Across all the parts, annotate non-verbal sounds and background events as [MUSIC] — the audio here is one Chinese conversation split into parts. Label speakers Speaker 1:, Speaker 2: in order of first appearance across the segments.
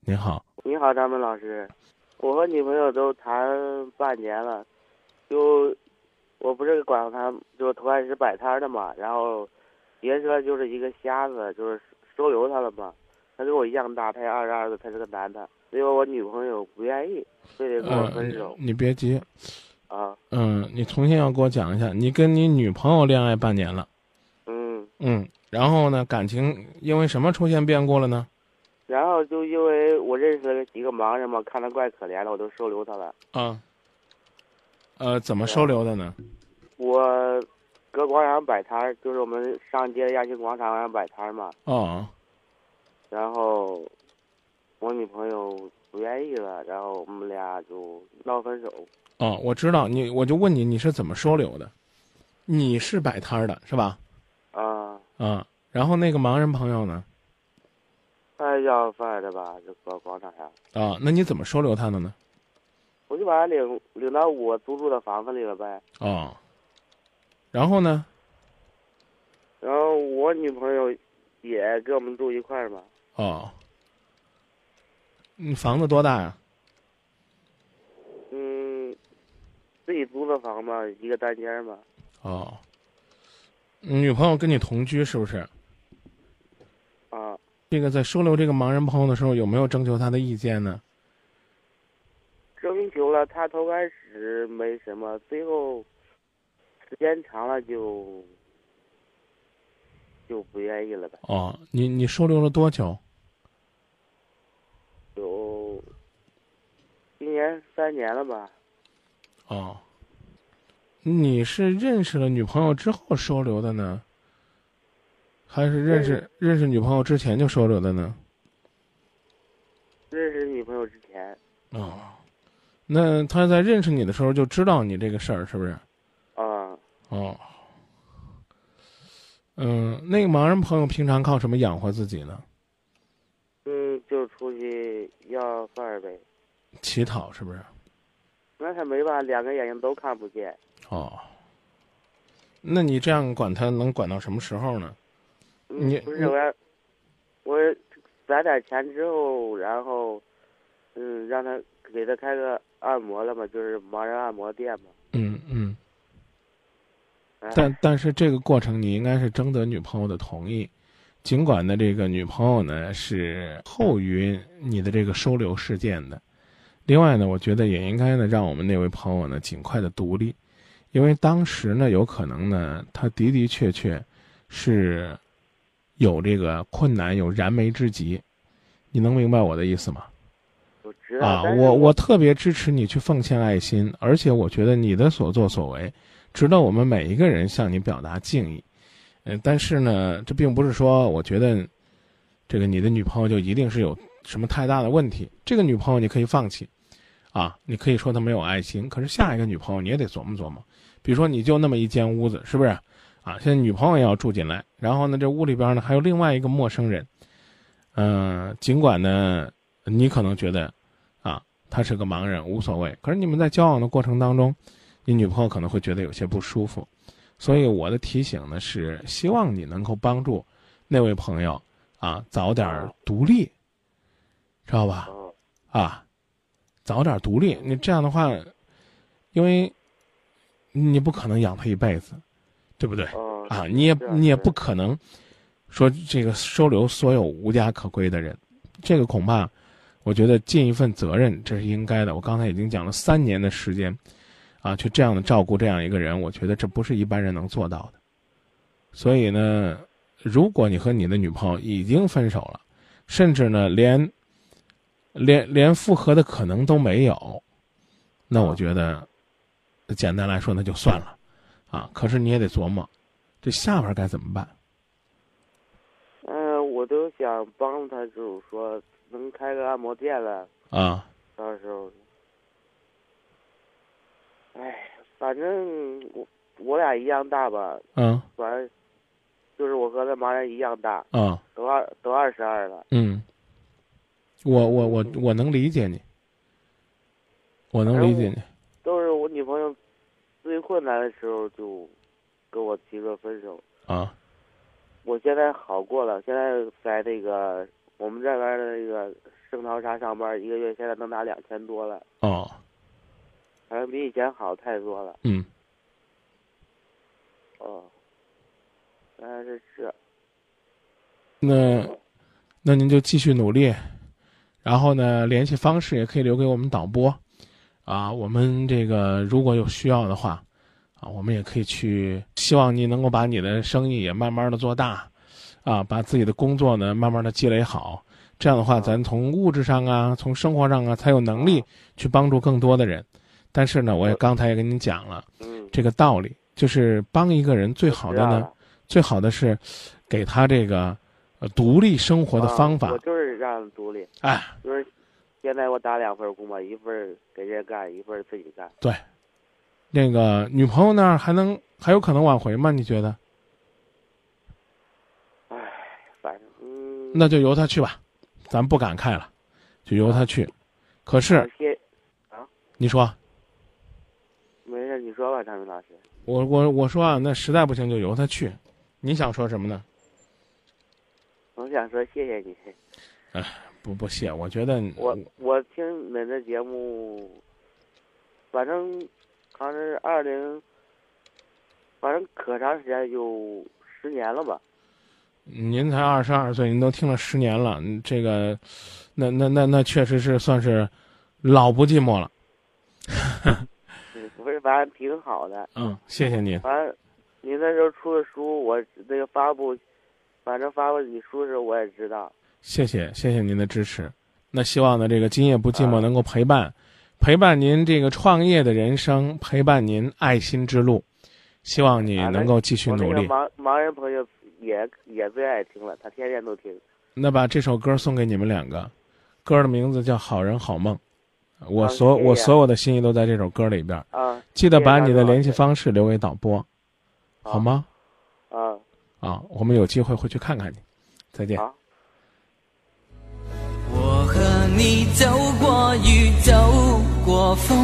Speaker 1: 你好，
Speaker 2: 你好，张明老师，我和女朋友都谈半年了，就我不是管她，就头开始摆摊儿的嘛，然后别说就是一个瞎子，就是收留她了嘛，她跟我一样大，她也二十二岁，她是个男的，结果我女朋友不愿意，非得跟我
Speaker 1: 呃
Speaker 2: 分手，
Speaker 1: 你你别急，
Speaker 2: 啊，
Speaker 1: 嗯、你重新要给我讲一下，你跟你女朋友恋爱半年了，
Speaker 2: 嗯，
Speaker 1: 嗯，然后呢，感情因为什么出现变故了呢？
Speaker 2: 然后就因为我认识了几个盲人嘛，看她怪可怜的，我都收留她了，
Speaker 1: 啊，呃，怎
Speaker 2: 啊
Speaker 1: 么收留的呢？
Speaker 2: 我搁广场上摆摊儿，就是我们上街亚青广场上摆摊儿嘛。
Speaker 1: 哦，
Speaker 2: 然后我女朋友不愿意了，然后我们俩就闹分手。
Speaker 1: 哦，我知道你，我就问你，你是怎么收留的？你是摆摊儿的是吧？
Speaker 2: 啊，
Speaker 1: 啊，然后那个盲人朋友呢？
Speaker 2: 他要饭的吧，就搁广场上，
Speaker 1: 啊，那你怎么收留他的呢？
Speaker 2: 我就把他领领到我租住的房子里了呗。
Speaker 1: 哦，然后呢？
Speaker 2: 然后我女朋友也跟我们住一块儿嘛，
Speaker 1: 哦，你房子多大呀、
Speaker 2: 嗯，自己租的房嘛，一个单间儿嘛。
Speaker 1: 哦，你女朋友跟你同居是不是？
Speaker 2: 啊，
Speaker 1: 这个在收留这个盲人朋友的时候，有没有征求他的意见呢？
Speaker 2: 征求了他头开始没什么，最后时间长了就就不愿意了呗。
Speaker 1: 哦，你你收留了多久？
Speaker 2: 有今年三年了吧？
Speaker 1: 哦，你是认识了女朋友之后收留的呢，还是认识认识女朋友之前就收留的呢？
Speaker 2: 认识女朋友之前，
Speaker 1: 哦，那他在认识你的时候就知道你这个事儿是不是？
Speaker 2: 啊，
Speaker 1: 哦，嗯，那个盲人朋友平常靠什么养活自己呢？
Speaker 2: 嗯，就出去要饭儿呗。
Speaker 1: 乞讨是不是？
Speaker 2: 那他没办法，两个眼睛都看不见。
Speaker 1: 哦，那你这样管他能管到什么时候呢？
Speaker 2: 嗯
Speaker 1: 你
Speaker 2: 不
Speaker 1: 你
Speaker 2: 是我要，我攒点钱之后，然后，嗯，让他给他开个按摩了嘛，就是盲人按摩店嘛。
Speaker 1: 嗯嗯，
Speaker 2: 哎
Speaker 1: 但但是这个过程你应该是征得女朋友的同意，尽管呢这个女朋友呢是后于你的这个收留事件的。另外呢，我觉得也应该呢让我们那位朋友呢尽快的独立，因为当时呢有可能呢他的的确确是有这个困难，有燃眉之急。你能明白我的意思吗？
Speaker 2: 我知道，
Speaker 1: 啊，
Speaker 2: 但是
Speaker 1: 我我特别支持你去奉献爱心，而且我觉得你的所作所为，值得我们每一个人向你表达敬意。嗯、但是呢，这并不是说我觉得这个你的女朋友就一定是有什么太大的问题。这个女朋友你可以放弃，啊，你可以说她没有爱心，可是下一个女朋友你也得琢磨琢磨。比如说，你就那么一间屋子，是不是？啊，现在女朋友也要住进来，然后呢，这屋里边呢还有另外一个陌生人。嗯、尽管呢，你可能觉得啊，他是个盲人，无所谓。可是你们在交往的过程当中，你女朋友可能会觉得有些不舒服，所以我的提醒呢是，希望你能够帮助那位朋友啊，早点儿独立，知道吧？
Speaker 2: 哦，
Speaker 1: 啊，早点独立。你这样的话，因为你不可能养他一辈子，对不对？
Speaker 2: 哦，
Speaker 1: 啊，你也
Speaker 2: 是啊
Speaker 1: 你也
Speaker 2: 是啊
Speaker 1: 不可能说这个收留所有无家可归的人，这个恐怕，我觉得尽一份责任这是应该的。我刚才已经讲了三年的时间，啊，去这样的照顾这样一个人，我觉得这不是一般人能做到的。所以呢，如果你和你的女朋友已经分手了，甚至呢连连连复合的可能都没有，那
Speaker 2: 啊
Speaker 1: 我觉得简单来说那就算了，啊，可是你也得琢磨，这下边该怎么办？
Speaker 2: 嗯、我都想帮他，就是说能开个按摩店了。
Speaker 1: 啊，
Speaker 2: 到时候，哎，反正我我俩一样大吧，
Speaker 1: 嗯
Speaker 2: 反正就是我和那盲人一样大，
Speaker 1: 啊，
Speaker 2: 都二都二十二了。
Speaker 1: 嗯，我我我我能理解你，我能理解你。
Speaker 2: 都是我女朋友最困难的时候就跟我提了分手。
Speaker 1: 啊，
Speaker 2: 我现在好过了，现在在那个我们这边的那个正淘沙上班，一个月现在能拿两千多了，
Speaker 1: 哦，
Speaker 2: 反正比以前好太多了。
Speaker 1: 嗯，
Speaker 2: 哦，原来是这，
Speaker 1: 那那您就继续努力，然后呢，联系方式也可以留给我们导播，啊，我们这个如果有需要的话，啊，我们也可以去，希望你能够把你的生意也慢慢的做大，啊，把自己的工作呢慢慢的积累好，这样的话，
Speaker 2: 啊
Speaker 1: 咱从物质上啊，从生活上啊，才有能力去帮助更多的人。但是呢，我也
Speaker 2: 我
Speaker 1: 刚才也跟您讲了
Speaker 2: 嗯，
Speaker 1: 这个道理，就是帮一个人最好的
Speaker 2: 知道
Speaker 1: 呢。
Speaker 2: 了
Speaker 1: 最好的是给他这个呃独立生活的方
Speaker 2: 啊
Speaker 1: 法
Speaker 2: 我。就是让独立，
Speaker 1: 哎，
Speaker 2: 就是现在我打两份工嘛，一份给人家干，一份自己干。
Speaker 1: 那个女朋友那儿还能还有可能挽回吗？你觉得？
Speaker 2: 反正嗯，
Speaker 1: 那就由他去吧，咱不感慨了，就由他
Speaker 2: 啊
Speaker 1: 去。可是
Speaker 2: 谢，
Speaker 1: 你说
Speaker 2: 没事，你说吧，张明老师。
Speaker 1: 我我我说啊，那实在不行就由他去。你想说什么呢？
Speaker 2: 我想说谢谢
Speaker 1: [LAUGHS]
Speaker 2: 你，
Speaker 1: 不不谢，我觉得
Speaker 2: 我我听你们的节目，反正好像是二零，反正可长时间有十年了吧。
Speaker 1: 您才二十二岁，您都听了十年了，嗯这个，那那那那确实是算是老不寂寞了。
Speaker 2: 嗯，不是，反正挺好的。
Speaker 1: 嗯，谢谢您。
Speaker 2: 反正你那时候出的书，我那个发布，反正发布你书的时候我也知道。
Speaker 1: 谢谢谢谢您的支持。那希望呢，这个今夜不寂寞
Speaker 2: 啊
Speaker 1: 能够陪伴，陪伴您这个创业的人生，陪伴您爱心之路。希望你
Speaker 2: 啊那
Speaker 1: 能够继续
Speaker 2: 我那
Speaker 1: 努
Speaker 2: 个
Speaker 1: 力。
Speaker 2: 盲盲人朋友也也最爱听了，他天天都听。
Speaker 1: 那把这首歌送给你们两个，歌的名字叫《好人好梦》。我
Speaker 2: 啊
Speaker 1: 所
Speaker 2: 谢谢
Speaker 1: 我所有的心意都在这首歌里边儿，
Speaker 2: 啊
Speaker 1: 记得
Speaker 2: 谢谢
Speaker 1: 把
Speaker 2: 大
Speaker 1: 你
Speaker 2: 壮
Speaker 1: 的
Speaker 2: 老
Speaker 1: 联系
Speaker 2: 师
Speaker 1: 方式留给导播，好？吗？
Speaker 2: 啊，
Speaker 1: 啊，我们有机会会去看看你。再见。
Speaker 2: 好，
Speaker 3: 我和你走过雨，走过风，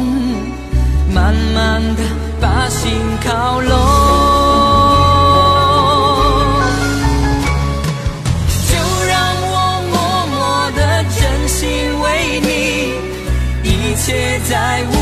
Speaker 3: 慢慢的把心靠拢。就让我默默的真心为你，一切再无